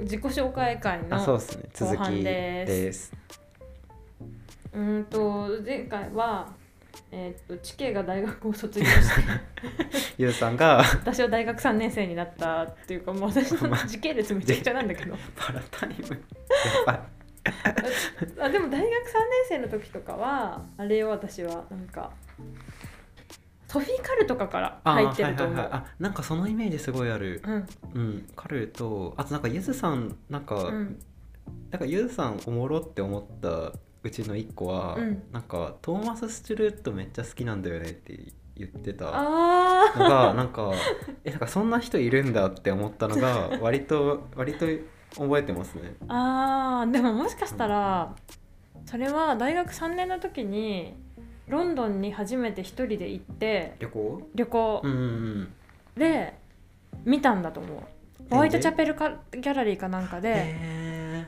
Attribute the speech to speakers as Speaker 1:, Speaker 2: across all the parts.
Speaker 1: 自己紹介会の
Speaker 2: あそうですね続
Speaker 1: 後半
Speaker 2: き
Speaker 1: です
Speaker 2: です
Speaker 1: うーんと前回は、えー、と地形が大学を卒業 して
Speaker 2: ゆうさんが
Speaker 1: 私は大学3年生になったっていうかもう私の時系列めちゃくちゃなんだ けど
Speaker 2: パラタイムやばい
Speaker 1: あでも大学3年生の時とかはあれよ私はなんかソフィーカルとかから
Speaker 2: あ
Speaker 1: 入ってると思う、
Speaker 2: はいはいはいあなんかそのイメージすごいある
Speaker 1: うん
Speaker 2: うんカルとあとなんかゆずさんなんか、
Speaker 1: うん
Speaker 2: なんかゆずさんおもろって思ったうちの一個は、
Speaker 1: うん
Speaker 2: なんかトーマス・スチュルートめっちゃ好きなんだよねって言ってた
Speaker 1: あ
Speaker 2: のがなんかえなんかそんな人いるんだって思ったの が割と割と覚えてますね。
Speaker 1: ー あーでももしかしたらそれは大学3年の時にロンドンに初めて一人で行って
Speaker 2: 旅行
Speaker 1: 旅行
Speaker 2: うんうん
Speaker 1: で見たんだと思う
Speaker 2: え
Speaker 1: ホワイトチャペルかギャラリーかなんかで
Speaker 2: へ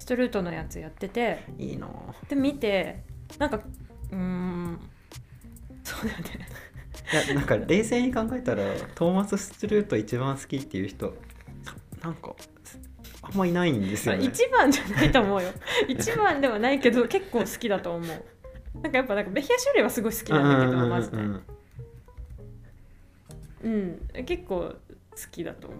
Speaker 1: ストルートのやつやってて
Speaker 2: えいいなぁ
Speaker 1: で見てなんかうーんそうだよね
Speaker 2: いやなんか冷静に考えたらトーマス・スチュルート一番好きっていう人なんかあんまいないんですよね。
Speaker 1: 一番じゃないと思うよ一番ではないけど結構好きだと思うなんかやっぱなんかベヒアシュレイはすごい好きなんだけどマジで
Speaker 2: うんうんうんうん
Speaker 1: うん結構好きだと思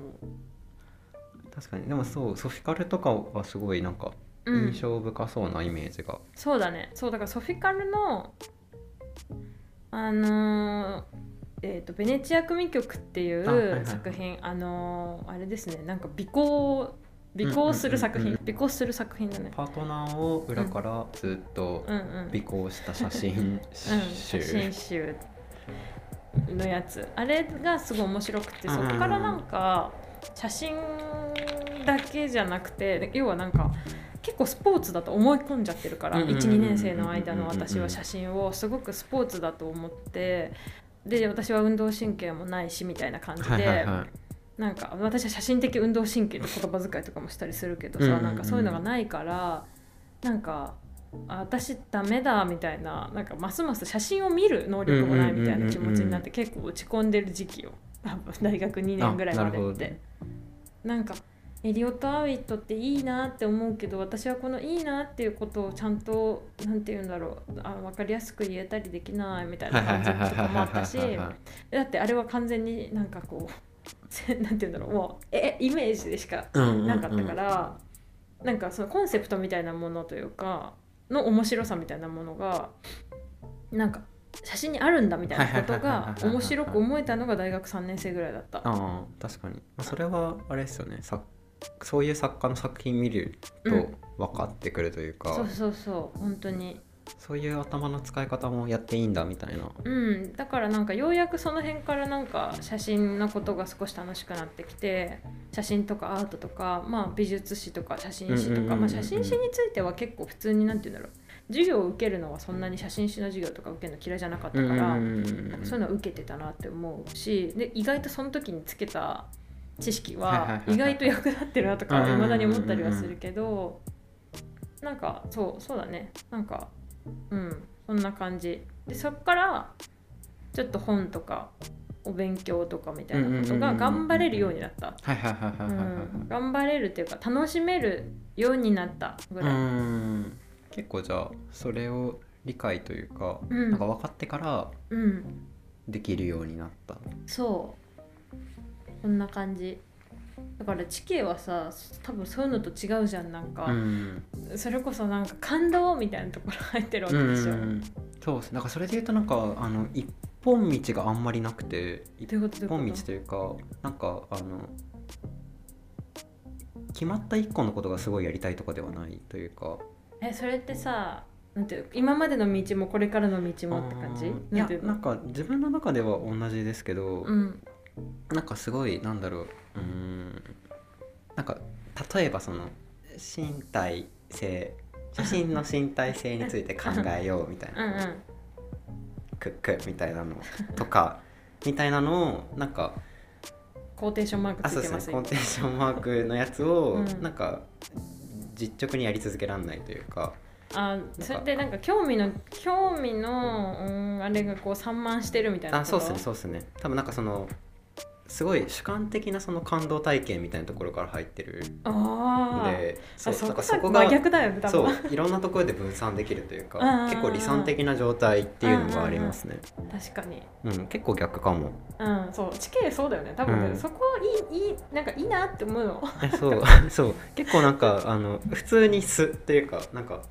Speaker 2: 確かにでもそうソフィカルとかはすごいなんか
Speaker 1: う、うん、
Speaker 2: 印象深そうなイメージが、
Speaker 1: そうだねそうだからソフィカルのあのーえー、とベネチア組曲ってい
Speaker 2: あはいはいは
Speaker 1: う
Speaker 2: い
Speaker 1: 作品あ,、のーあれですねなんか尾行尾行する作
Speaker 2: うんう
Speaker 1: 品
Speaker 2: んう
Speaker 1: 尾行する作品だね
Speaker 2: パートナーを裏からずっと
Speaker 1: うんうん
Speaker 2: 尾行した写真集、
Speaker 1: うん、写真集のやつあれがすごい面白くてそこからなんか写真だけじゃなくて要はなんか結構スポーツだと思い込んじゃってるから
Speaker 2: うんうんうんうんうんうん
Speaker 1: 12年生の間の私は写真をすごくスポーツだと思ってで私は運動神経もないしみたいな感じで。
Speaker 2: はいはいはい
Speaker 1: なんか私は写真的運動神経と言葉遣いとかもしたりするけどさ、
Speaker 2: うんうんうん
Speaker 1: なんかそういうのがないからなんかあ私ダメだみたいななんかますます写真を見る能力もないみたいな気持ちになって結構落ち込んでる時期を多分大学2年ぐらいまで
Speaker 2: あなる
Speaker 1: っ
Speaker 2: ほど
Speaker 1: てなんかエリオット・アウィットっていいなって思うけど私はこのいいなっていうことをちゃんとなんて言うんだろうあ分かりやすく言えたりできないみたいな感じとかもあったし
Speaker 2: はいはいはいはいはいはい
Speaker 1: だってあれは完全になんかこう せなんて言うんだろうもうえイメージでしか
Speaker 2: うんうんうん
Speaker 1: なかったから、なんかそのコンセプトみたいなものというかの面白さみたいなものがなんか写真にあるんだみたいなこと
Speaker 2: はいはいはいはい
Speaker 1: が
Speaker 2: はいはい
Speaker 1: 面白く思えたのが大学3年生ぐらいだった。
Speaker 2: ああ確かに、まあ、それはあれですよねさそういう作家の作品見る
Speaker 1: う
Speaker 2: と
Speaker 1: ん
Speaker 2: 分かってくるというか、
Speaker 1: そうそうそう本当に
Speaker 2: そういう頭の使い方もやっていいんだみたいな
Speaker 1: うん、だからなんかようやくその辺からなんか写真のことが少し楽しくなってきて写真とかアートとか、まあ、美術史とか写真史
Speaker 2: うんう
Speaker 1: と
Speaker 2: んうんうんう
Speaker 1: か、
Speaker 2: ん
Speaker 1: まあ、写真史については結構普通になんて言うんだろう授業を受けるのはそんなに写真史の授業とか受けるの嫌いじゃなかったから、
Speaker 2: うん
Speaker 1: そういうのは受けてたなって思うしで意外とその時につけた知識
Speaker 2: はいはいはい
Speaker 1: は
Speaker 2: はい
Speaker 1: 意外と役立ってるなと
Speaker 2: うん
Speaker 1: か
Speaker 2: うん
Speaker 1: い
Speaker 2: うんうん
Speaker 1: まだに思ったりはするけどなんかそうそうだねなんかうんそんな感じでそっからちょっと本とかお勉強とかみたいなことが頑張れるようになった、
Speaker 2: はいはいはいは
Speaker 1: う
Speaker 2: いはいはいはい、
Speaker 1: ん、頑張れるっていうか楽しめるようになったぐ
Speaker 2: う
Speaker 1: らい、
Speaker 2: ん結構じゃあそれを理解というか、
Speaker 1: うん
Speaker 2: なんか分かってから
Speaker 1: うん、
Speaker 2: できるようになった
Speaker 1: そうこんな感じだから地形はさ多分そういうのと違うじゃんなんか、
Speaker 2: うん
Speaker 1: それこそなんか感動みたいなところ入ってるわ
Speaker 2: う
Speaker 1: けでしょ、
Speaker 2: んそうですなんかそれで言うとなんかあの一本道があんまりなくて
Speaker 1: どういうこと
Speaker 2: 一
Speaker 1: どう
Speaker 2: 本
Speaker 1: いう
Speaker 2: 道
Speaker 1: こと
Speaker 2: というかなんかあの決まった一個のことがすごいやりたいとかではないというか
Speaker 1: えそれってさなんていう今までの道もこれからの道もって感じ
Speaker 2: あーい
Speaker 1: な
Speaker 2: や
Speaker 1: んていう
Speaker 2: な
Speaker 1: の
Speaker 2: んか自分の中では同じですけど、
Speaker 1: うん
Speaker 2: なんかすごいなんだろううーんなんか例えばその身体性写真の身体性について考えようみたい
Speaker 1: うんう
Speaker 2: なんクックみたいなのとかみたいなのをなんか
Speaker 1: コーテーションマーク
Speaker 2: あ
Speaker 1: つ
Speaker 2: そう
Speaker 1: い
Speaker 2: で
Speaker 1: てますす
Speaker 2: ねコンテンションマークのやつを
Speaker 1: うん
Speaker 2: なんか実直にやり続けられないというか
Speaker 1: あそれってなんか興味の興味の、うん、あれがこう散漫してるみたいな
Speaker 2: あ
Speaker 1: こと
Speaker 2: そうっすねそうっすね多分なんかそのすごい主観的なその感動体験みたいなところから入ってるん
Speaker 1: あー
Speaker 2: で
Speaker 1: あ
Speaker 2: そう
Speaker 1: そ
Speaker 2: だか
Speaker 1: こ
Speaker 2: らそ
Speaker 1: そ
Speaker 2: こ
Speaker 1: こ
Speaker 2: が
Speaker 1: 真逆だよね多
Speaker 2: そ
Speaker 1: 分
Speaker 2: ういろんなところで分散できるというか
Speaker 1: うんうんうん
Speaker 2: 結構理想的な状態っていうのがありますね、
Speaker 1: 確かに
Speaker 2: うん、結構逆かも
Speaker 1: うんそう地形そうだよね多分ね、
Speaker 2: うん
Speaker 1: そこいいいいなんかいいなって思うの
Speaker 2: えそうそう結構なんかあの普通に素っていうかなんか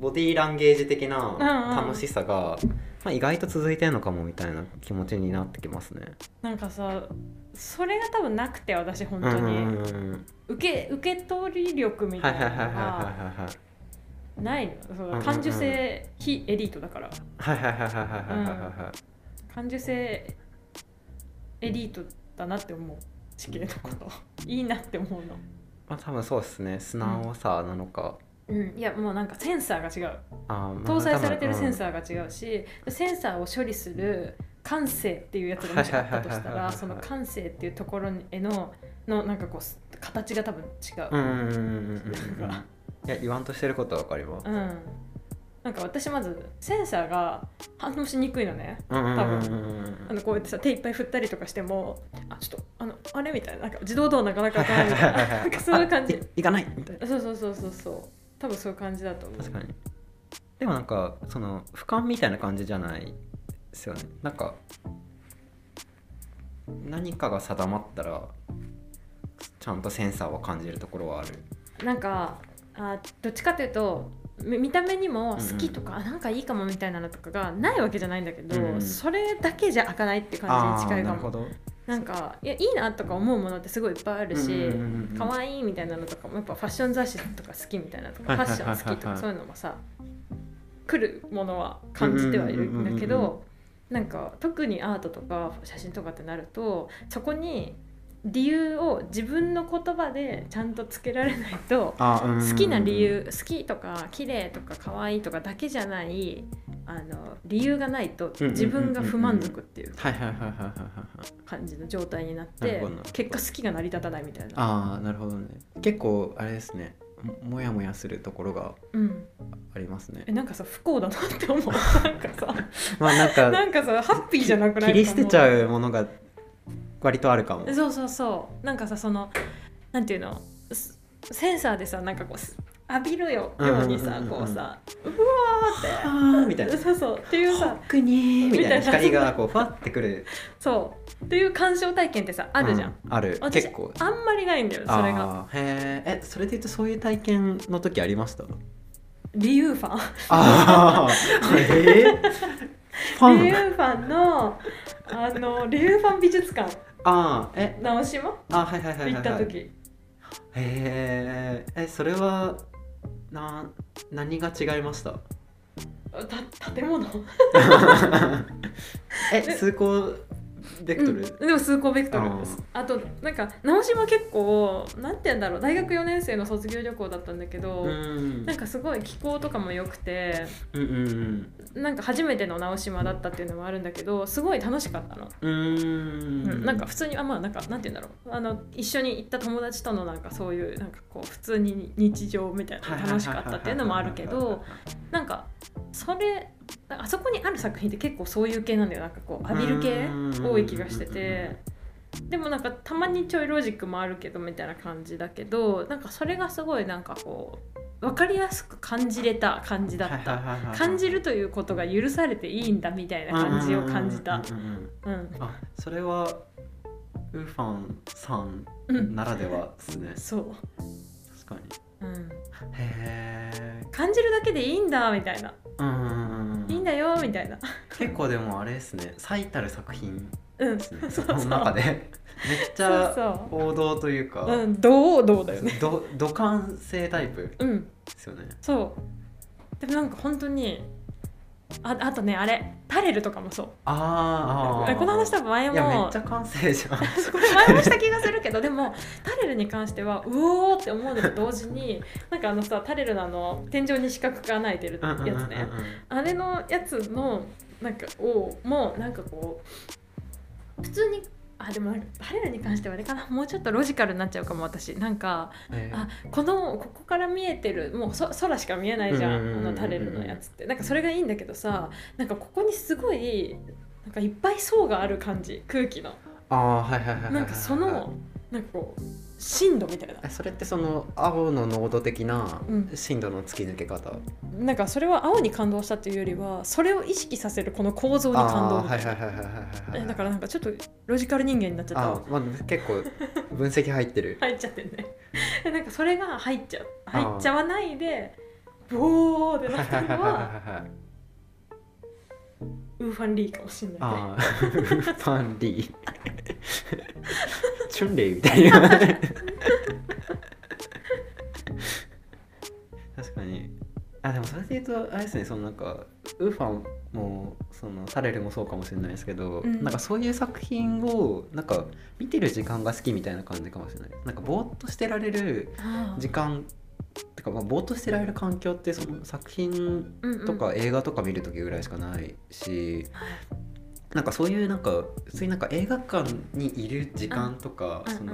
Speaker 2: ボディーランゲージ的
Speaker 1: うんう
Speaker 2: なん楽しさが、まあ、意外と続いてるのかもみたいな気持ちになってきますね。
Speaker 1: なんかさそれが多分なくて私本
Speaker 2: うん
Speaker 1: 当
Speaker 2: うん
Speaker 1: に、
Speaker 2: うんうん
Speaker 1: 受け受け取り力み
Speaker 2: は
Speaker 1: た
Speaker 2: い
Speaker 1: いな
Speaker 2: は
Speaker 1: い
Speaker 2: はい
Speaker 1: の
Speaker 2: はいはい
Speaker 1: がないのそう
Speaker 2: うんうんうん
Speaker 1: 感受性非エリートだから
Speaker 2: はいはいはいはいはいはいはいはいはい
Speaker 1: 感受性エリートだなって思う地形のこと いいなって思うの
Speaker 2: まあ多分そうですね素直さなのか、
Speaker 1: うんいやもうなんかセンサーが違う
Speaker 2: あーまあ
Speaker 1: 搭載されてるセン
Speaker 2: ー
Speaker 1: サーが違うし、センサーを処理する感性っていうやつがもしあったとした
Speaker 2: はいはいはいはいは
Speaker 1: ら
Speaker 2: い
Speaker 1: その感性っていうところへののなんかこうす形が多分違う
Speaker 2: うんうんうんうんうんう
Speaker 1: だ
Speaker 2: ん
Speaker 1: から
Speaker 2: いや言わんとしてることはわかります
Speaker 1: うん、なんか私まずセンサーが反応しにくいのね
Speaker 2: うんうんうんうん
Speaker 1: あのこうやってさ手いっぱい振ったりとかしてもあちょっとあのあれみたいななんか自動ドアなかなか開かないみ たいななんかそういう感じ
Speaker 2: あ いいかないみたいな
Speaker 1: そうそうそうそうそう多分そういう感じだと思う
Speaker 2: 確かにでもなんかその俯瞰みたいな感じじゃないですよねなんか何かが定まったらちゃんとセンサーは感じるところはある
Speaker 1: なんかあどっちかというとみ見た目にも好きとか、あなんかいいかもみたいなのとかがないわけじゃないんだけど、
Speaker 2: うん
Speaker 1: それだけじゃ開かないって感
Speaker 2: あ
Speaker 1: じ
Speaker 2: あ
Speaker 1: に近
Speaker 2: ー
Speaker 1: いか
Speaker 2: なるほ
Speaker 1: も
Speaker 2: ど
Speaker 1: なんかいやいいなとか思うものってすごいいっぱいあるし、
Speaker 2: うんうんうんうん
Speaker 1: 可愛いみたいなのとかもやっぱファッション雑誌とか好きみたいなと
Speaker 2: は
Speaker 1: か
Speaker 2: い
Speaker 1: フ
Speaker 2: はい
Speaker 1: ァ
Speaker 2: は
Speaker 1: ッ
Speaker 2: い
Speaker 1: シ
Speaker 2: はい
Speaker 1: ョン
Speaker 2: はい
Speaker 1: 好きとかそういうのもさ来るものは感じてはいるんだけ
Speaker 2: うんうんうんうん
Speaker 1: どなんか特にアートとか写真とかってなるとそこに理由を自分の言葉でちゃんとつけられないと
Speaker 2: あーうんうんうん
Speaker 1: 好きな理由好きとか綺麗とか可愛いとかだけじゃないあの理由がないと
Speaker 2: うんうんうんうん
Speaker 1: 自分が不満足っていう
Speaker 2: はいはいはいはいはいはいはい
Speaker 1: 感じの状態になっ
Speaker 2: なる
Speaker 1: て
Speaker 2: ほどなるほど
Speaker 1: 結果好きが成り立たないみたいな。
Speaker 2: ああなるほどね結構あれですねももやもやするところが
Speaker 1: うん
Speaker 2: ありますね
Speaker 1: えなんかさ不幸だなって思うなんかさ
Speaker 2: まあなんか
Speaker 1: なんかさハッピーじゃなくない
Speaker 2: 切り捨てちゃ
Speaker 1: う
Speaker 2: うものが割とあるかも
Speaker 1: そうそうそうなんかさそのなんていうのすセンサーでさなんかこうす浴びるよようにさ、
Speaker 2: うんうんうんうん
Speaker 1: こうさ
Speaker 2: あーみたいな
Speaker 1: そうそうっていうさ
Speaker 2: 特にみたいな
Speaker 1: みたいな
Speaker 2: 光がこうファってくる
Speaker 1: そうっていう鑑賞体験ってさあるじゃん、
Speaker 2: うある
Speaker 1: 私
Speaker 2: 結構
Speaker 1: あんまりないんだよそれが
Speaker 2: あーへーえそれで言うとそういう体験の時あり ました
Speaker 1: 理由ファン
Speaker 2: ああえー、ファ
Speaker 1: 理
Speaker 2: ン
Speaker 1: 由ファンのあの理由ファン美術館
Speaker 2: あーえ
Speaker 1: 直島
Speaker 2: あはいはいはいはい、
Speaker 1: 行っ
Speaker 2: はい、
Speaker 1: た時、
Speaker 2: へーえそれはな何が違いました
Speaker 1: た建物
Speaker 2: え通行ベクトル、
Speaker 1: うん、でも数個ベクトル
Speaker 2: あー
Speaker 1: あとなんか直島結構なんて言うんだろう大学4年生の卒業旅行だったんだけど、
Speaker 2: うん、うん
Speaker 1: なんかすごい気候とかも良くて
Speaker 2: うんうん
Speaker 1: なんか初めての直島だったっていうのもあるんだけどすごい楽しかったの、
Speaker 2: うー
Speaker 1: うん
Speaker 2: ん
Speaker 1: なんか普通にあまあなんかなんて言うんだろうあの一緒に行った友達とのなんかそういうなんかこう普通に日常みたいなの楽しかったっていうのもあるけどなんかそれあそこにある作品って結構そういう系なんだよなんかこう浴びる系多い気がしててでもなんかたまにちょいロジックもあるけどみたいな感じだけどなんかそれがすごいなんかこう分かりやすく感じれた感じだった
Speaker 2: た
Speaker 1: 感じるということが許されていいんだみたいな感じを感じた
Speaker 2: うんうんうんうんうん
Speaker 1: うん
Speaker 2: あそれはウーファンさん
Speaker 1: うん
Speaker 2: ならではですね
Speaker 1: そう
Speaker 2: 確かに
Speaker 1: うん
Speaker 2: へえ
Speaker 1: 感じるだけでいいんだみたいな
Speaker 2: うんうんうん
Speaker 1: いいんだよみたいな
Speaker 2: 結構でもあれですね最たる作品
Speaker 1: うん
Speaker 2: です
Speaker 1: そう
Speaker 2: ね
Speaker 1: そ
Speaker 2: そうの中でめっちゃ
Speaker 1: そ
Speaker 2: 王道というか
Speaker 1: ううんどうどうだよね
Speaker 2: ど土管性タイプで
Speaker 1: うん
Speaker 2: すよね
Speaker 1: そうでもなんか本当にああとねあれタレルとかもそう
Speaker 2: あーあー
Speaker 1: この話多分前
Speaker 2: いやめ
Speaker 1: も
Speaker 2: っちゃ感性じゃん
Speaker 1: これ前もした気がするけどでもタレルに関してはうおーって思うのと同時になんかあのさタレルのあの天井に四角が穴開いてる
Speaker 2: うんうんうんうん
Speaker 1: やつねあれのやつのなんかをもうなんかこう普通にあでもなんかタレルに関してはあれかなもうちょっとロジカルになっちゃうかも私なんか
Speaker 2: へー
Speaker 1: あこのここから見えてるもうそ空しか見えないじゃん,、
Speaker 2: うんうんうんうん
Speaker 1: あのタレルのやつってなんかそれがいいんだけどさなんかここにすごいなんかいっぱい層がある感じ空気の
Speaker 2: ああはいはいはいはいはい
Speaker 1: なんかそのなんかこう深度みたいな
Speaker 2: えそれってその青の濃度的な
Speaker 1: うん
Speaker 2: 深度の突き抜け方、
Speaker 1: なんかそれは青に感動したっていうよりはそれを意識させるこの構造に感動
Speaker 2: ああ
Speaker 1: み
Speaker 2: ーは
Speaker 1: た
Speaker 2: い
Speaker 1: いな、
Speaker 2: はいはいはいはいは
Speaker 1: え
Speaker 2: い
Speaker 1: だからなんかちょっとロジカル人間になっちゃった
Speaker 2: あ
Speaker 1: わ
Speaker 2: ー、まあ、結構分析入ってる
Speaker 1: 入っちゃってんね えなんかそれが入っちゃう入っちゃわないでボーって
Speaker 2: はい
Speaker 1: なっ
Speaker 2: は
Speaker 1: た
Speaker 2: いはい
Speaker 1: の
Speaker 2: はい
Speaker 1: は
Speaker 2: はいはい
Speaker 1: ウーファンリーかもしれないね
Speaker 2: ああ ファンリーチュンレイみたいな確かにあでもそれで言うとあれですねそのなんかウーファンもそのサレルもそうかもしれないですけど、
Speaker 1: うん
Speaker 2: なんかそういう作品をなんか見てる時間が好きみたいな感じかもしれないなんかぼーっとしてられる
Speaker 1: あ
Speaker 2: 時間てかまあぼーっとしてられる環境ってその作品
Speaker 1: ーうんうん
Speaker 2: とか映画とか見る時ぐらいしかないし、なんかそういうなんか普通になんか映画館にいる時間とか、
Speaker 1: うんうん
Speaker 2: その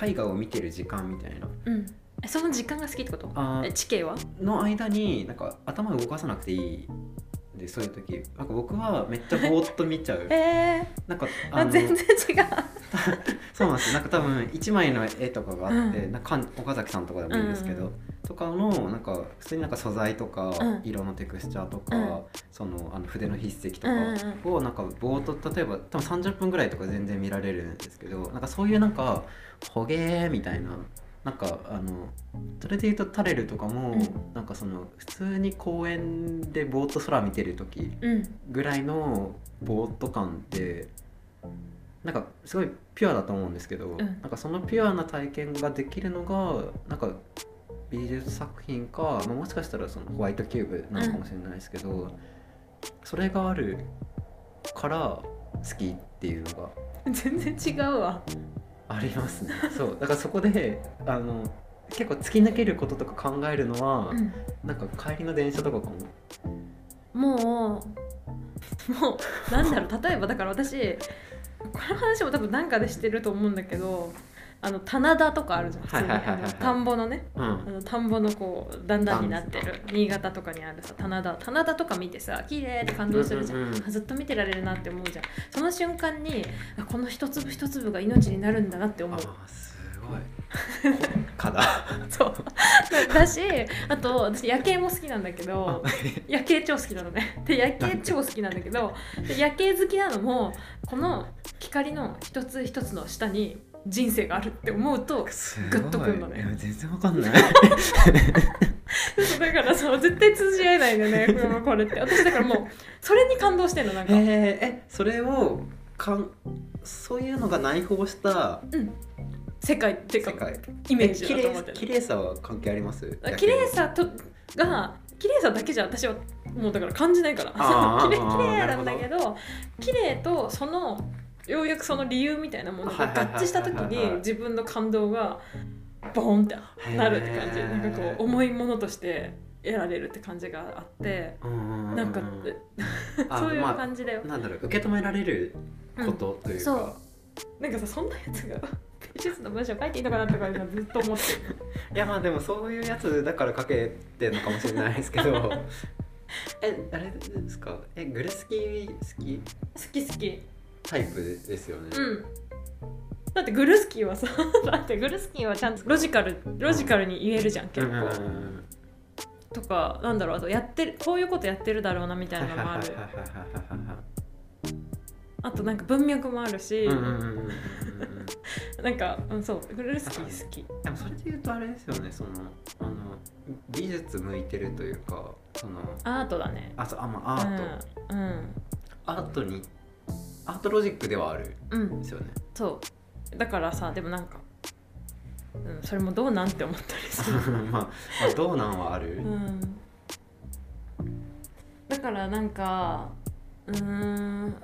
Speaker 2: 絵画を見てる時間みたいな
Speaker 1: うんえその時間が好きってこと
Speaker 2: あ
Speaker 1: え地形は
Speaker 2: の間になんか頭動かさなくていいでそういう時なんか僕はめっちゃぼーっと見ちゃう
Speaker 1: えー、
Speaker 2: なんか
Speaker 1: あ
Speaker 2: の
Speaker 1: 全然違う
Speaker 2: そうなんですよなんか多分1枚の絵とかがあって、
Speaker 1: うん
Speaker 2: なんかかん岡崎さんとかでもいいんですけ
Speaker 1: う
Speaker 2: ど、
Speaker 1: ん
Speaker 2: とかのなんか普通になんか素材とか、
Speaker 1: うん
Speaker 2: 色のテクスチャーとか、
Speaker 1: うん
Speaker 2: そのあの筆の筆跡と
Speaker 1: うん
Speaker 2: かをなんかぼーっと例えば多分30分ぐらいとか全然見られるんですけどなんかそういうなんかほげーみたいな。なんかあのそれで言うとタレルとかも、
Speaker 1: うん
Speaker 2: なんかその普通に公園でぼーっと空見てる時、
Speaker 1: うん
Speaker 2: ぐらいのぼーっと感ってなんかすごいピュアだと思うんですけど、
Speaker 1: ん
Speaker 2: なんかそのピュアな体験ができるのがなんか美術作品か、まあ、もしかしたらそのホワイトキューブなのかもしれないですけど、それがあるから好きっていうのが
Speaker 1: 全然違うわ
Speaker 2: ありますね。そうだからそこであの結構突き抜けることとか考えるのは、
Speaker 1: うん
Speaker 2: なんか帰りの電車とかかも。
Speaker 1: もうもうなんだろう例えばだから私この話も多分なんかでしてると思うんだけどあの棚田とかあるじゃん普通に
Speaker 2: はいはいはいはいはい
Speaker 1: あの田んぼのね
Speaker 2: うん
Speaker 1: あの田んぼのこう段々になってる新潟とかにあるさ棚田棚田とか見てさ綺麗って感動するじゃん,、
Speaker 2: うんうんうん
Speaker 1: ずっと見てられるなって思うじゃんその瞬間にあこの一粒一粒が命になるんだなって思
Speaker 2: あ
Speaker 1: う
Speaker 2: ーすごい。かだ。
Speaker 1: そう だだしあと私夜景も好きなんだけど夜景超好きなのねで夜景超好きなんだけどで夜景好きなのもこの光の一つ一つの下に人生があるって思うと
Speaker 2: す
Speaker 1: グッとくんのね
Speaker 2: いや全然わか んない。
Speaker 1: だからそう絶対通じ合えないんだよ ねこれこれって私だからもうそれに感動してんのなん
Speaker 2: え
Speaker 1: か、
Speaker 2: ー、えそれをかんそういうのが内包した
Speaker 1: うん、世界っていう
Speaker 2: 世
Speaker 1: か
Speaker 2: 界。
Speaker 1: イメージ
Speaker 2: え綺
Speaker 1: だと思っ
Speaker 2: 麗
Speaker 1: てる
Speaker 2: 綺麗さは関係あります？
Speaker 1: だから綺麗。さとが綺麗さだけじゃ私はもうだから感じないから
Speaker 2: あ ー
Speaker 1: 綺麗
Speaker 2: あー
Speaker 1: 綺麗なんだけど綺麗とそのようやくその理由みたいなものが合致した時
Speaker 2: はいはいはいはいは
Speaker 1: に
Speaker 2: い
Speaker 1: 自分の感動がボーンってなるって感じ
Speaker 2: へー
Speaker 1: なんかこう重いものとして得られるって感じがあって
Speaker 2: うん
Speaker 1: なんか
Speaker 2: あ
Speaker 1: そういう
Speaker 2: まあ
Speaker 1: 感じだよ、
Speaker 2: なんだろう受け止められることというか。
Speaker 1: そうなんかさそんなやつが 美術の文章書いていいのかなとか今ずっと思ってる
Speaker 2: いやまあでもそういうやつだから書けてるのかもしれないですけ ど。えあれですか？えグレスキー好き
Speaker 1: 好き好き
Speaker 2: タイプですよね。
Speaker 1: うんだってグルスキーはさ だってグルスキーはちゃんとロジカルロジカルに言えるじゃん結構、
Speaker 2: うん
Speaker 1: とかなんだろうあとやってるこういうことやってるだろうなみたいなのもあるあとなんか文脈もあるし、
Speaker 2: うんうんうんうんうんうん
Speaker 1: なんか、うん、そうグルスキー好き
Speaker 2: でもそれで言うとあれですよねそのあの美術向いてるというかその
Speaker 1: アートだね
Speaker 2: あそうあまあアート、
Speaker 1: うんうん、
Speaker 2: アートにアートロジックではある
Speaker 1: うん
Speaker 2: んですよね
Speaker 1: そうだからさでもなんか、うん、それもどうなんって思ったりする、
Speaker 2: まあ、まあ、どうなんはある、
Speaker 1: うん、だからなんかうーん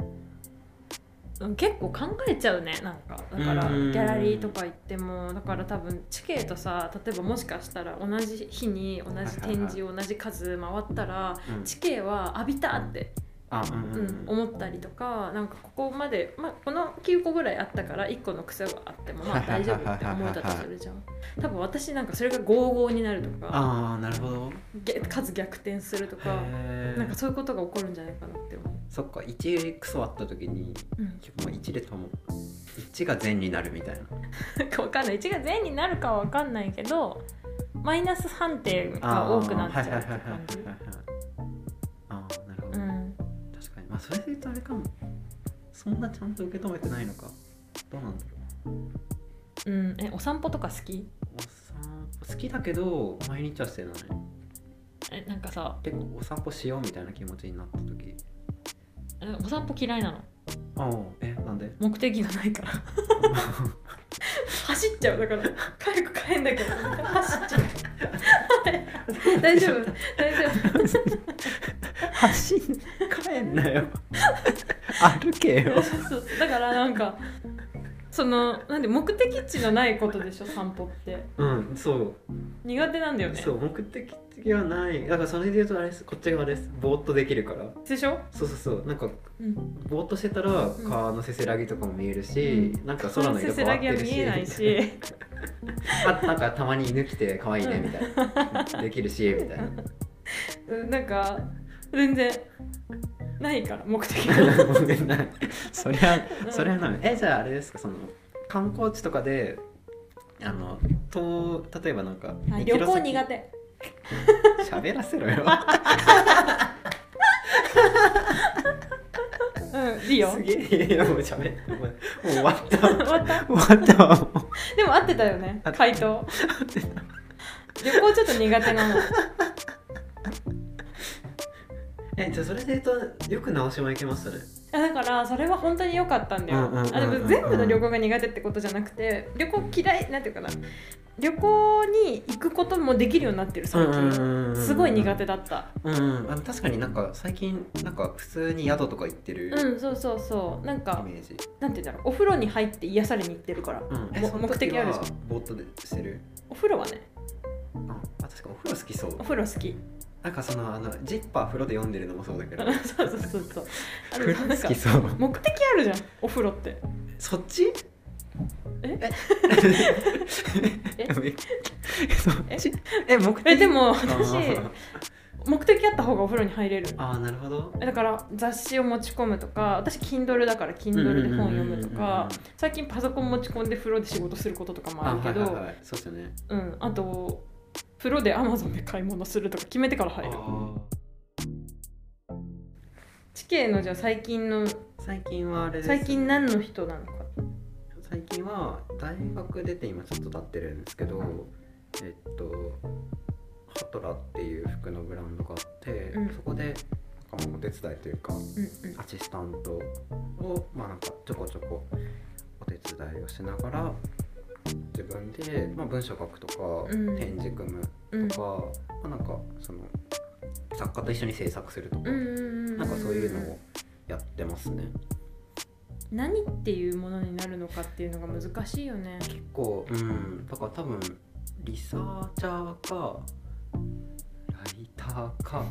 Speaker 1: 結構考えちゃうねなんかだから
Speaker 2: う
Speaker 1: ギ
Speaker 2: ーん
Speaker 1: ャラリーとか行ってもだから多分地形とさ例えばもしかしたら同じ日に同じ展示を同じ数回ったら
Speaker 2: うん
Speaker 1: 地形は浴びたって
Speaker 2: あうんう
Speaker 1: うんん、思ったりとかなんかここまで、まあ、この9個ぐらいあったから1個の癖はあってもまあ大丈夫って思えたとするじゃん多分私なんかそれが55になるとか
Speaker 2: ああなるほど
Speaker 1: げ数逆転するとか
Speaker 2: へー
Speaker 1: なんかそういうことが起こるんじゃないかなって思う
Speaker 2: そっか1クソあった時に
Speaker 1: うん、
Speaker 2: まあ1で保1が善になるみたい
Speaker 1: な
Speaker 2: な
Speaker 1: んかわかんない1が善になるかはわかんないけどマイナス判定が多くなっちゃうって感じ
Speaker 2: あーはいはいはいはいはいはいあーなるほ
Speaker 1: う
Speaker 2: ど、
Speaker 1: ん
Speaker 2: 確かにまあそれで言うとあれかもそんなちゃんと受け止めてないのかどうなんだろ
Speaker 1: う
Speaker 2: う
Speaker 1: ん、えお散歩とか好き
Speaker 2: お散歩好きだけど毎日はしてない
Speaker 1: えなんかさ
Speaker 2: 結構お散歩しようみたいな気持ちになった時
Speaker 1: えお散歩嫌いなの
Speaker 2: ああえなん で
Speaker 1: 目的がないから 走っちゃうだから早く帰んだけど走っちゃう 大丈夫大丈
Speaker 2: 走ん帰ん なよ歩けよ
Speaker 1: 夫そうだからなんかそのなんで目的地のないことでしょ散歩って
Speaker 2: うんそう
Speaker 1: 苦手なんだよね
Speaker 2: そう目的的はないだからそれで言うとあれですこっち側ですぼーっとできるから
Speaker 1: でしょ、
Speaker 2: そうそうそうなんか
Speaker 1: うん、
Speaker 2: ぼーっとしてたら川のせせらぎとかも見えるし、
Speaker 1: う
Speaker 2: なんか空の色
Speaker 1: せ
Speaker 2: 変
Speaker 1: らぎは
Speaker 2: わってるし
Speaker 1: 見えないし
Speaker 2: あなんかたまに犬来て可愛いねみたいな、できるしみたいな
Speaker 1: うんなんか全然ないから目的が、
Speaker 2: ごめんなそりゃ
Speaker 1: うん
Speaker 2: それはないえじゃああれですかその観光地とかであのと例えばなんか
Speaker 1: はい
Speaker 2: 2
Speaker 1: 旅
Speaker 2: キロ
Speaker 1: 行
Speaker 2: 先
Speaker 1: 苦手
Speaker 2: 喋らせろよ
Speaker 1: うんいいよ
Speaker 2: すげえいやもう喋ってもうもう終わった
Speaker 1: 終わった
Speaker 2: 終わったわもう
Speaker 1: でも合ってたよね
Speaker 2: 合ってた
Speaker 1: 回答旅行ちょっと苦手なの
Speaker 2: えじゃあそれで言うとよく直島行けましたね
Speaker 1: あだからそれは本当に良かったんだ
Speaker 2: う
Speaker 1: よ
Speaker 2: んうんうんうんうん
Speaker 1: あでも全部の旅行が苦手ってことじゃなくて旅行嫌いなんていうかな旅行に行くこともできるようになってる最近すごい苦手だった
Speaker 2: うん、あの確かになんか最近なんか普通に宿とか行ってるイ
Speaker 1: うんそうそうそうなんか
Speaker 2: メージ、
Speaker 1: なんて言うんだろうお風呂に入って癒されに行ってるから
Speaker 2: うんえ
Speaker 1: も
Speaker 2: その時は
Speaker 1: 目的あるじゃん
Speaker 2: ボートでしてる
Speaker 1: お風呂はね
Speaker 2: ああ確かお風呂好きそう
Speaker 1: お風呂好き
Speaker 2: なんかそのあのジッパー風呂で読んでるのもそうだけど
Speaker 1: そうそうそうそうあ
Speaker 2: 風
Speaker 1: の
Speaker 2: 呂
Speaker 1: なん
Speaker 2: 好
Speaker 1: か
Speaker 2: きそう
Speaker 1: 目的あるじゃんお風呂って
Speaker 2: そっ ち
Speaker 1: え
Speaker 2: えそっちえ目的
Speaker 1: えでも
Speaker 2: あー
Speaker 1: 私目的あった方がお風呂に入れる
Speaker 2: あーなるほど
Speaker 1: だから雑誌を持ち込むとか私 Kindle だから Kindle で本読むとか最近パソコン持ち込んで風呂で仕事することとかもあるけ
Speaker 2: あ、はいは
Speaker 1: ど
Speaker 2: いはい、そうですよね
Speaker 1: うんあと風呂で Amazon で買い物するとか決めてから入る地形のじゃあ最近の
Speaker 2: あー最近はあれです
Speaker 1: 最近何の人なのか
Speaker 2: 最近は大学出て今ちょっと経ってるんですけどえっとハトラっていう服のブランドがあって、
Speaker 1: うん
Speaker 2: そこでなんかお手伝いというか
Speaker 1: うんうん
Speaker 2: アシスタントをまあなんかちょこちょこお手伝いをしながら自分で、まあ、文章書くとか、
Speaker 1: うん
Speaker 2: 展示組む
Speaker 1: うん
Speaker 2: とか、まあ、なんかその作家と一緒に制作するとか、
Speaker 1: うんうんうんうん
Speaker 2: なんかそういうのをやってますね。
Speaker 1: 何っていうものになるのかっていうのが難しいよね
Speaker 2: 結構うんだから多分リサーチャーかライターか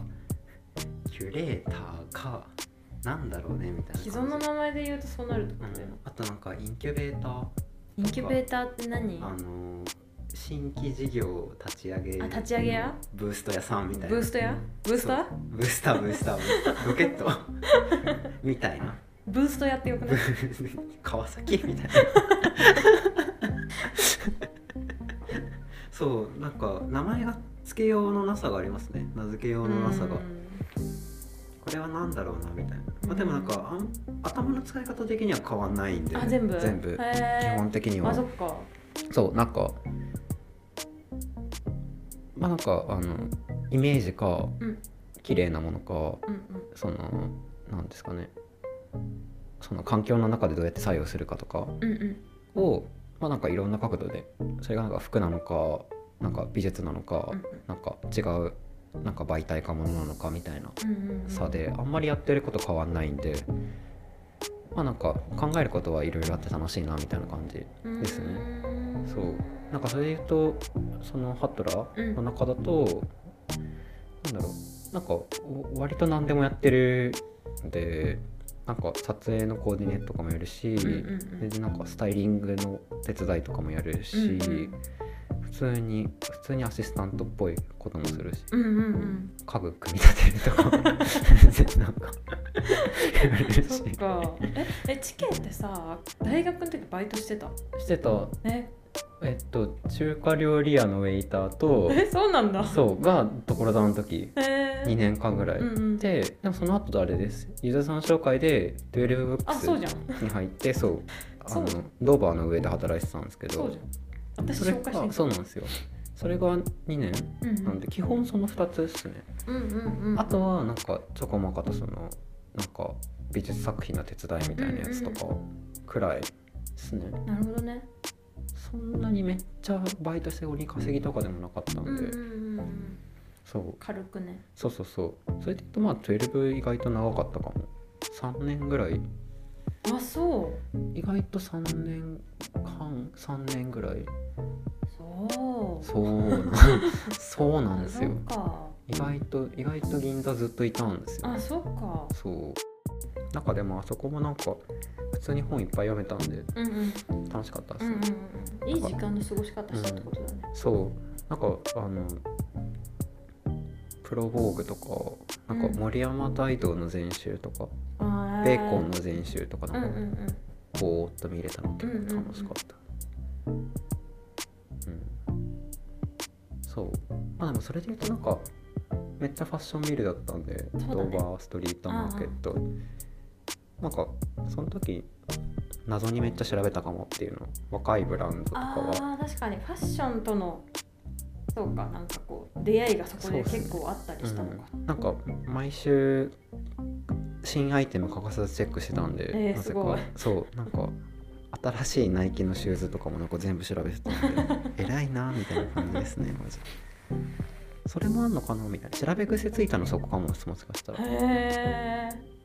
Speaker 2: キュレーターかなんだろうねみたいな
Speaker 1: 既存の
Speaker 2: 感じ
Speaker 1: 名前で言うとそうなると思うんだ
Speaker 2: う
Speaker 1: よ
Speaker 2: ん、あとなんかインキュベーター
Speaker 1: インキュベーターって何
Speaker 2: あのー新規事業を立ち上げ
Speaker 1: あ立ち上げ屋
Speaker 2: ブースト屋さんみたいな
Speaker 1: ブーストやブースター
Speaker 2: そうブースターブースターブースターロケ ットみたいな
Speaker 1: ブーストやってよく
Speaker 2: ブ
Speaker 1: ない
Speaker 2: ー川崎みたいなそうなんか名前が付けようのなさがありますね名付けようのなさがこれは何だろうなみたいな、まあ、でもなんかあん頭の使い方的には変わんないんで
Speaker 1: あ全部
Speaker 2: 全部基
Speaker 1: へ
Speaker 2: 本的に
Speaker 1: ーあそ
Speaker 2: は
Speaker 1: っか
Speaker 2: そうなんかまあなんかあのイメージか
Speaker 1: うん
Speaker 2: 綺麗なものか
Speaker 1: うん
Speaker 2: そのなんですかねその環境の中でどうやって作用するかとか
Speaker 1: うんうんうん
Speaker 2: を、まあ、なんかいろんな角度でそれがなんか服なのかなんか美術なのか、
Speaker 1: うん
Speaker 2: なんか違うなんか媒体かものなのかみたいな
Speaker 1: うんうんうん
Speaker 2: 差であんまりやってること変わんないんで。まあなんか考えることはいろいろあって楽しいなみたいな感じですね
Speaker 1: うん
Speaker 2: そうなんかそれで言うとそのハトラの中だと、なんだろうなんかお割と何でもやってるんでなんか撮影のコーディネートとかもやるし、
Speaker 1: うんうんうん
Speaker 2: でなんかスタイリングの手伝いとかもやるし、
Speaker 1: うんうん
Speaker 2: 普通に普通にアシスタントっぽいこともするし
Speaker 1: うんうんうん
Speaker 2: 家具組み立てるとかなんか
Speaker 1: そっ
Speaker 3: 嬉しい
Speaker 1: かええチケってさ大学の時バイトしてた
Speaker 2: してた
Speaker 1: え
Speaker 2: えっと中華料理屋のウェイターと
Speaker 1: えそうなんだ
Speaker 2: そうが所沢の時
Speaker 1: へ
Speaker 2: 2
Speaker 1: え
Speaker 2: 年間ぐらい、
Speaker 1: うんうん
Speaker 2: ででもその後とあれですユーザーさん紹介で12ブック
Speaker 1: あ
Speaker 2: ス
Speaker 1: そうじゃん
Speaker 2: に入ってそう あ
Speaker 1: そう
Speaker 2: のドーバーの上で働いてたんですけど
Speaker 1: そうじゃん私
Speaker 2: それ
Speaker 1: 紹介して
Speaker 2: がそうなんですよそれが2年
Speaker 1: うんうん
Speaker 2: なんで基本その2つですね、
Speaker 1: うんうんうん
Speaker 2: あとはなんかちょこまかとそのなんか美術作品の手伝いみたいなやつとかくらいですね、
Speaker 1: なるほどね
Speaker 2: そんなにめっちゃバイトして鬼稼ぎとかでもなかったん
Speaker 1: う
Speaker 2: で、
Speaker 1: んうんうんうん
Speaker 2: そう
Speaker 1: 軽くね
Speaker 2: そうそうそうそれで言うとまあ12意外と長かったかも3年ぐらい
Speaker 1: あそう
Speaker 2: 意外と3年半3年ぐらい
Speaker 1: そう
Speaker 2: そう そうなんですよ
Speaker 1: そっか
Speaker 2: 意外と意外と銀座ずっといたんですよ
Speaker 1: あそっか
Speaker 2: そう中でもあそこもなんか普通に本いっぱい読めたんで
Speaker 1: うんうん
Speaker 2: 楽しかったで
Speaker 1: う
Speaker 2: す
Speaker 1: ん
Speaker 2: ね、
Speaker 1: うんうんいい時間の過ごし方したってことだね
Speaker 2: そうなんかあのプロボーグとかなんか森山大道の全集とか、
Speaker 1: あ
Speaker 2: ベーコンの全集とか
Speaker 1: う
Speaker 2: なんん
Speaker 1: う
Speaker 2: か
Speaker 1: んうん
Speaker 2: ぼーっと見れたの結構楽しかった。うんそう。まあでもそれで言うとなんかめっちゃファッションビルだったんで、
Speaker 1: ね
Speaker 2: ドーバーストリートマーケット。なんかその時謎にめっちゃ調べたかもっていうの若いブランドとかは
Speaker 1: あー確かにファッションとのそうかなんかこう出会いがそこで結構あったりしたのか、
Speaker 2: うん、なんか毎週新アイテム欠かさずチェックしてたんで、
Speaker 1: えー
Speaker 2: なぜ
Speaker 1: すごい
Speaker 2: かそうなんか新しいナイキのシューズとかもなんか全部調べてたん で偉いなみたいな感じですねマジそれもあんのかなみたいな調べ癖ついたのそこかもですもしかしたら
Speaker 1: へえ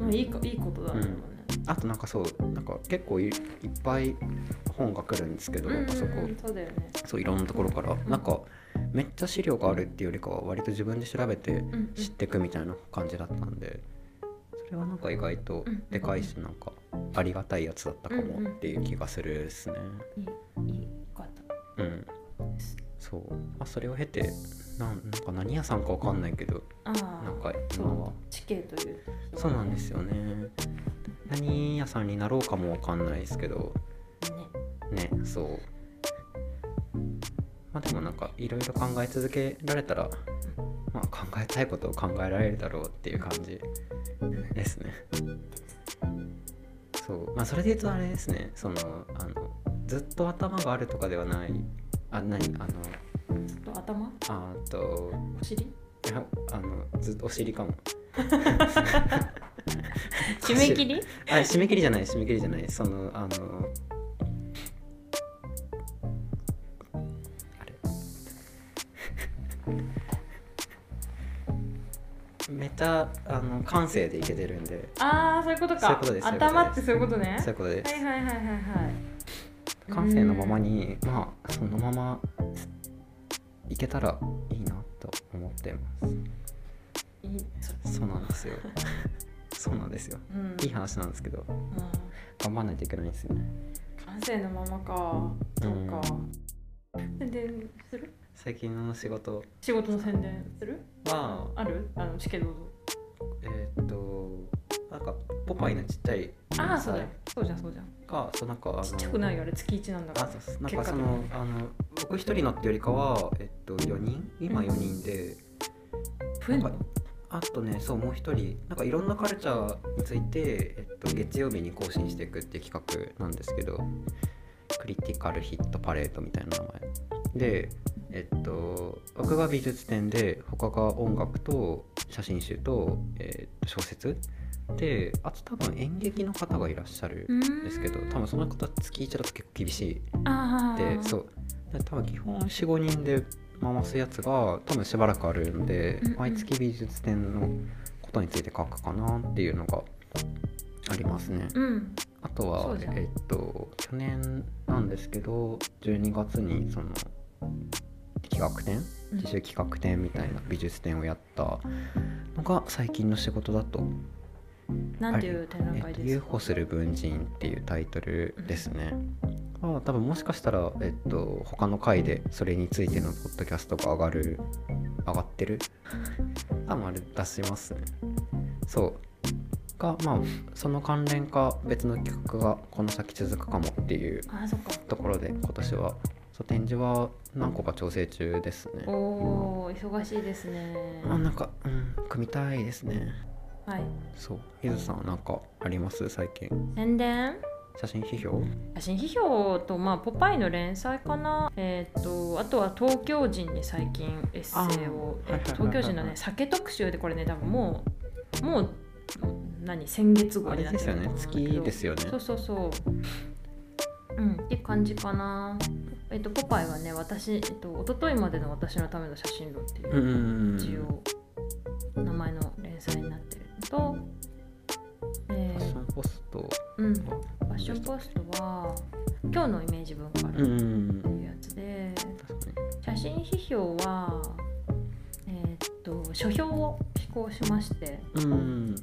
Speaker 1: もういいこいいことだね、
Speaker 2: うんあとなんかそうなんか結構いいっぱい本が来るんですけど、
Speaker 1: うんうん
Speaker 2: やっぱそこ
Speaker 1: うんそうだよね、
Speaker 2: そういろんなところから、
Speaker 1: ん
Speaker 2: なんかめっちゃ資料があるっていうよりかは割と自分で調べて
Speaker 1: うんうん、
Speaker 2: 知ってくみたいな感じだったんでそれはなんか意外と
Speaker 1: うん
Speaker 2: でかいしなんかありがたいやつだったかもっていう気がするですね
Speaker 1: いいいいよかった
Speaker 2: うんそうまあそれを経てなんなんか何屋さんかわかんないけど
Speaker 1: あ
Speaker 2: な
Speaker 1: あ
Speaker 2: んか
Speaker 1: そ
Speaker 2: 今は
Speaker 1: う地形という
Speaker 2: そうなんですよね何屋さんになろうかもわかんないですけど
Speaker 1: ね
Speaker 2: ねそうまあでもなんかいろいろ考え続けられたら、まあ、考えたいことを考えられるだろうっていう感じですねそうまあそれで言うとあれですねそのあのずっと頭があるとかではないあ何あの
Speaker 1: ちょっと頭
Speaker 2: あーっと
Speaker 1: お尻
Speaker 2: いやあのずっとお尻かも
Speaker 1: 締め切り
Speaker 2: あ締め切りじゃない締め切りじゃないそのあのあれめっちゃあの感性でいけてるんで
Speaker 1: ああそういうことか
Speaker 2: そういうことです
Speaker 1: 頭ってそういうことね
Speaker 2: そういうことです
Speaker 1: はいはいはいはいはい
Speaker 2: 感性のままにまあそのままいけたらいいなと思ってま
Speaker 1: いいそ
Speaker 2: すそうなんですよそうなんですよ
Speaker 1: うん
Speaker 2: いい話なんですけど
Speaker 1: う
Speaker 2: 頑張らないといけないんですよね
Speaker 1: ん感性のままかそうか宣伝する
Speaker 2: 最近の仕事
Speaker 1: 仕事の宣伝する
Speaker 2: は
Speaker 1: あるあのチケどうぞ
Speaker 2: えーっとなんかポパイのちっちゃい
Speaker 1: ああそうだよそうじゃんそうじゃん
Speaker 2: がそうなんかあの
Speaker 1: ちっちゃくないよあれ月一なんだ
Speaker 2: あ
Speaker 1: か
Speaker 2: そう
Speaker 1: ら
Speaker 2: っすなんかそのあの僕一人のってよりかはえっと4人今4人で、
Speaker 1: 増えんの
Speaker 2: なんかあとねそうもう一人なんかいろんなカルチャーについて、えっと、月曜日に更新していくっていう企画なんですけどクリティカルヒットパレードみたいな名前でえっと僕が美術展で他が音楽と写真集と、えっと小説であと多分演劇の方がいらっしゃる
Speaker 1: うー
Speaker 2: ん
Speaker 1: ん
Speaker 2: ですけど多分その方月1だと結構厳しい
Speaker 1: あ
Speaker 2: でそうで多分基本45人で回すやつが多分しばらくあるんで、
Speaker 1: うんうん
Speaker 2: 毎月美術展のことについて書くかなっていうのがありますね。
Speaker 1: ううん
Speaker 2: あと
Speaker 1: そ
Speaker 2: は
Speaker 1: うじゃん
Speaker 2: えっと去年なんですけど12月にその企画展
Speaker 1: うん
Speaker 2: 自主企画展みたいな美術展をやったのが最近の仕事だと
Speaker 1: なんていう展覧
Speaker 2: え
Speaker 1: 会
Speaker 2: っと
Speaker 1: ですか
Speaker 2: UFO する文人っていうタイトルですね。まあ、多分もしかしたら、えっと、他の回でそれについてのポッドキャストが上がる上がってる多分あれ出しますねそうがまあその関連か別の企画がこの先続くかもっていう
Speaker 1: あーそっか
Speaker 2: ところで今年はそう展示は何個か調整中ですね。
Speaker 1: おお忙しいですね
Speaker 2: あなんか、うん、組みたいですね。
Speaker 1: はい
Speaker 2: そう、ゆずさんはなんかあります最近。
Speaker 1: 宣伝
Speaker 2: 写真批評
Speaker 1: 写真批評と、まあ、ポパイの連載かな、えー、とあとは東京人に最近エッセイを、
Speaker 2: あ
Speaker 1: えーと
Speaker 2: ーはいはいはいはい
Speaker 1: 東京人のね酒特集でこれね多分もうもう何先月号
Speaker 2: あ
Speaker 1: にな
Speaker 2: れ
Speaker 1: って
Speaker 2: です
Speaker 1: る
Speaker 2: よね。
Speaker 1: と思うんだけ
Speaker 2: 月
Speaker 1: ど
Speaker 2: ですよね。
Speaker 1: そうそうそううんって感じかなえっ、とポパイはね私、えっと一昨日までの私のための写真論っていう
Speaker 2: うんうん
Speaker 1: 一応名前の連載になってるのと、
Speaker 2: フ
Speaker 1: え
Speaker 2: ァッションポスト。
Speaker 1: ーうん、ファッションポストは今日のイメージ文化
Speaker 2: うん
Speaker 1: 論
Speaker 2: うんう
Speaker 1: っ
Speaker 2: ん。
Speaker 1: ていうやつで
Speaker 2: 確かに。
Speaker 1: 写真批評はえーっと書評を寄稿しまして
Speaker 2: うんうん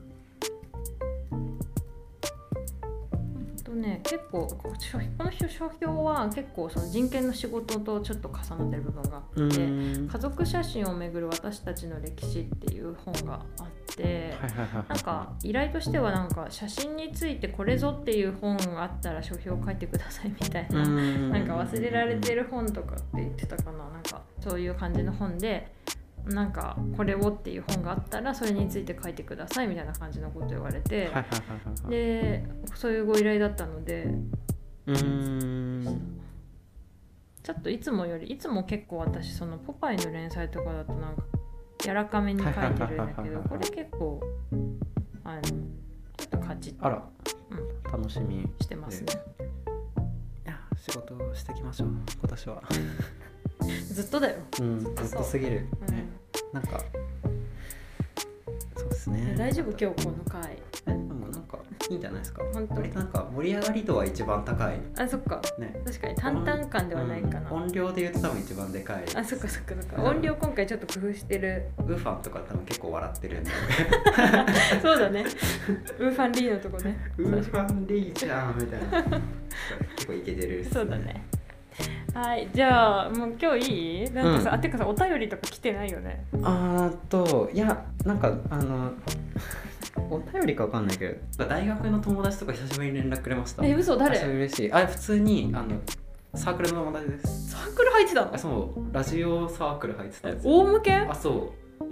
Speaker 1: えっとね結構こ書この書書評は結構その人権の仕事とちょっと重なってる部分があって。
Speaker 2: うん。うん。
Speaker 1: 家族写真をめぐる私たちの歴史っていう本があって、
Speaker 2: はいはいはいはい。
Speaker 1: なんか依頼としてはなんか写真についてこれぞっていう本があったら書評書いてくださいみたいな、
Speaker 2: うん、
Speaker 1: なんか忘れられて
Speaker 2: る。
Speaker 1: る本とかって言ってたかななんかそういう感じの本でなんかこれをっていう本があったらそれについて書いてくださいみたいな感じのこと言われて、
Speaker 2: はいはいはいはいはい。
Speaker 1: でそういうご依頼だったので
Speaker 2: うん。
Speaker 1: ちょっといつもよりいつも結構私その「ポパイ」の連載とかだとなんか柔らかめに書いてるんだ
Speaker 2: は
Speaker 1: け
Speaker 2: いはいはい
Speaker 1: ど
Speaker 2: はい
Speaker 1: これ結構あのちょっとカチッ
Speaker 2: あら
Speaker 1: うん、
Speaker 2: 楽しみ。い
Speaker 1: してますね。
Speaker 2: や、仕事をしてきましょう。今年は。
Speaker 1: ずっとだよ、
Speaker 2: うん、ず
Speaker 1: ずっ
Speaker 2: っ
Speaker 1: とそう
Speaker 2: とすぎる。
Speaker 1: うん
Speaker 2: ねなんか。そうです
Speaker 1: ね
Speaker 2: ね。
Speaker 1: 大丈夫今日この回
Speaker 2: えでもなんかいいんじゃないですか
Speaker 1: 本当
Speaker 2: 割となんか盛り上がり度は一番高い
Speaker 1: あそっか
Speaker 2: ね
Speaker 1: 確かに淡々感ではないかな、
Speaker 2: うん音量で言うと多分一番でかい
Speaker 1: あそっかそっかそっか音量今回ちょっと工夫してる
Speaker 2: ウーファンとか多分結構笑ってる んで
Speaker 1: そうだねウーファンリーのとこね
Speaker 2: ウーファンリーちゃんみたいな結構イケてるっす
Speaker 1: そうだねはいじゃあもう今日いいなんかさ、
Speaker 2: うん
Speaker 1: あてかさお便りとか来てないよね
Speaker 2: あーっといやなんかあのお便りかわかんないけど大学の友達とか久しぶりに連絡くれました
Speaker 1: え嘘誰
Speaker 2: 久しぶり嬉しいあ普通にあのサークルの友達です
Speaker 1: サークル入ってたの
Speaker 2: あそうラジオサークル入ってたやつ
Speaker 1: 大向け
Speaker 2: あそう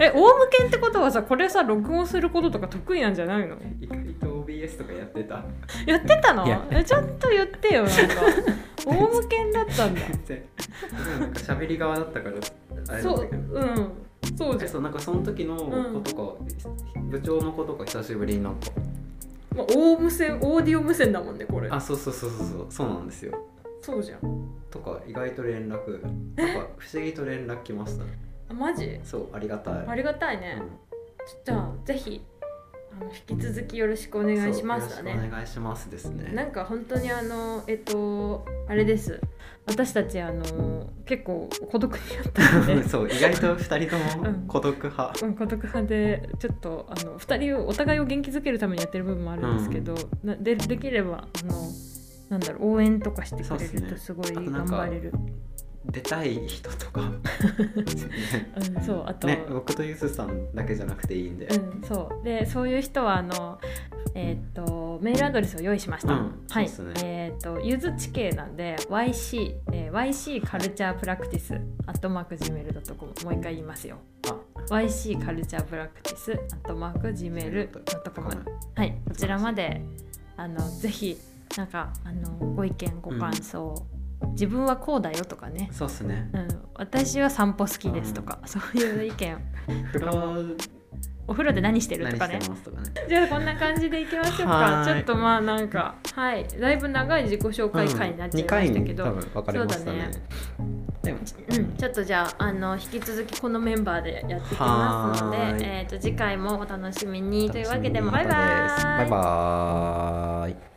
Speaker 1: え大向けってことはさこれさ録音することとか得意なんじゃないの
Speaker 2: 意外と OBS とかやってた
Speaker 1: やってたの
Speaker 2: いや
Speaker 1: えちゃんと言ってよなんか大向けだったん だ
Speaker 2: 全然なんか喋り側だったからあれだ
Speaker 1: そ
Speaker 2: った
Speaker 1: う
Speaker 2: けど
Speaker 1: うんそうじ
Speaker 2: え
Speaker 1: ゃん
Speaker 2: そうなんかその時の子とか、部長の子とか久しぶりになんか
Speaker 1: まあ、大無線オーディオ無線だもんねこれ
Speaker 2: あそうそうそうそうそうそうなんですよ
Speaker 1: そうじゃん
Speaker 2: とか意外と連絡なんか不思議と連絡来ました
Speaker 1: あマジ
Speaker 2: そうありがたい
Speaker 1: ありがたいね、
Speaker 2: うん
Speaker 1: ちょじゃあぜひあの引き続きよろしくお願いしますだ
Speaker 2: そうよろし
Speaker 1: ね
Speaker 2: くお願いしますです
Speaker 1: な
Speaker 2: ね
Speaker 1: んか本当にあのえっとあれです私たちあの結構孤独になった ので
Speaker 2: そう意外と2人と
Speaker 1: う
Speaker 2: も
Speaker 1: ん
Speaker 2: 孤独派、
Speaker 1: うん、孤独派でちょっとあの2人をお互いを元気づけるためにやってる部分もあるんですけど、なでできればあのなんだろう応援とかしてくれ
Speaker 2: そうっす
Speaker 1: る
Speaker 2: ね
Speaker 1: とすごい
Speaker 2: あとな
Speaker 1: 頑
Speaker 2: んか
Speaker 1: 張れる
Speaker 2: 出たい人 とか
Speaker 1: うんそうあと、
Speaker 2: ね僕とゆずさんだけじゃなくていいんで、
Speaker 1: うん、そうでそういう人はあの、えー、とメールアドレスを用意しました、
Speaker 2: うん
Speaker 1: はい、
Speaker 2: そうっす
Speaker 1: えっ、とゆず地形なんで YC、えー YC カルチャープラクティスアットマーク Gmail.com もう一回言いますよ
Speaker 2: あ
Speaker 1: YC カルチャープラクティスアットマーク Gmail.com はいこちらまであのぜひなんかあのご意見ご感想、自分はこうだよとかね
Speaker 2: そうっすね
Speaker 1: うん、私は散歩好きですとか、そういう意見
Speaker 2: フロー
Speaker 1: お風呂で何してる
Speaker 2: 何
Speaker 1: とかね
Speaker 2: してますとかね
Speaker 1: じゃあこんな感じでいきましょう
Speaker 2: は
Speaker 1: か。
Speaker 2: ー
Speaker 1: ちょ
Speaker 2: い
Speaker 1: っとまあなんかはいだいぶ長い自己紹介会になっちゃいましたけど、
Speaker 2: うん
Speaker 1: う
Speaker 2: 二回に多分分かれましたねでも
Speaker 1: んちょっとじゃああの引き続きこのメンバーでやっていきますので
Speaker 2: はーい
Speaker 1: えー、と次回もお楽しみにというわけで
Speaker 2: 楽しみ
Speaker 1: バイ
Speaker 2: に
Speaker 1: バ
Speaker 2: またですバイバーイ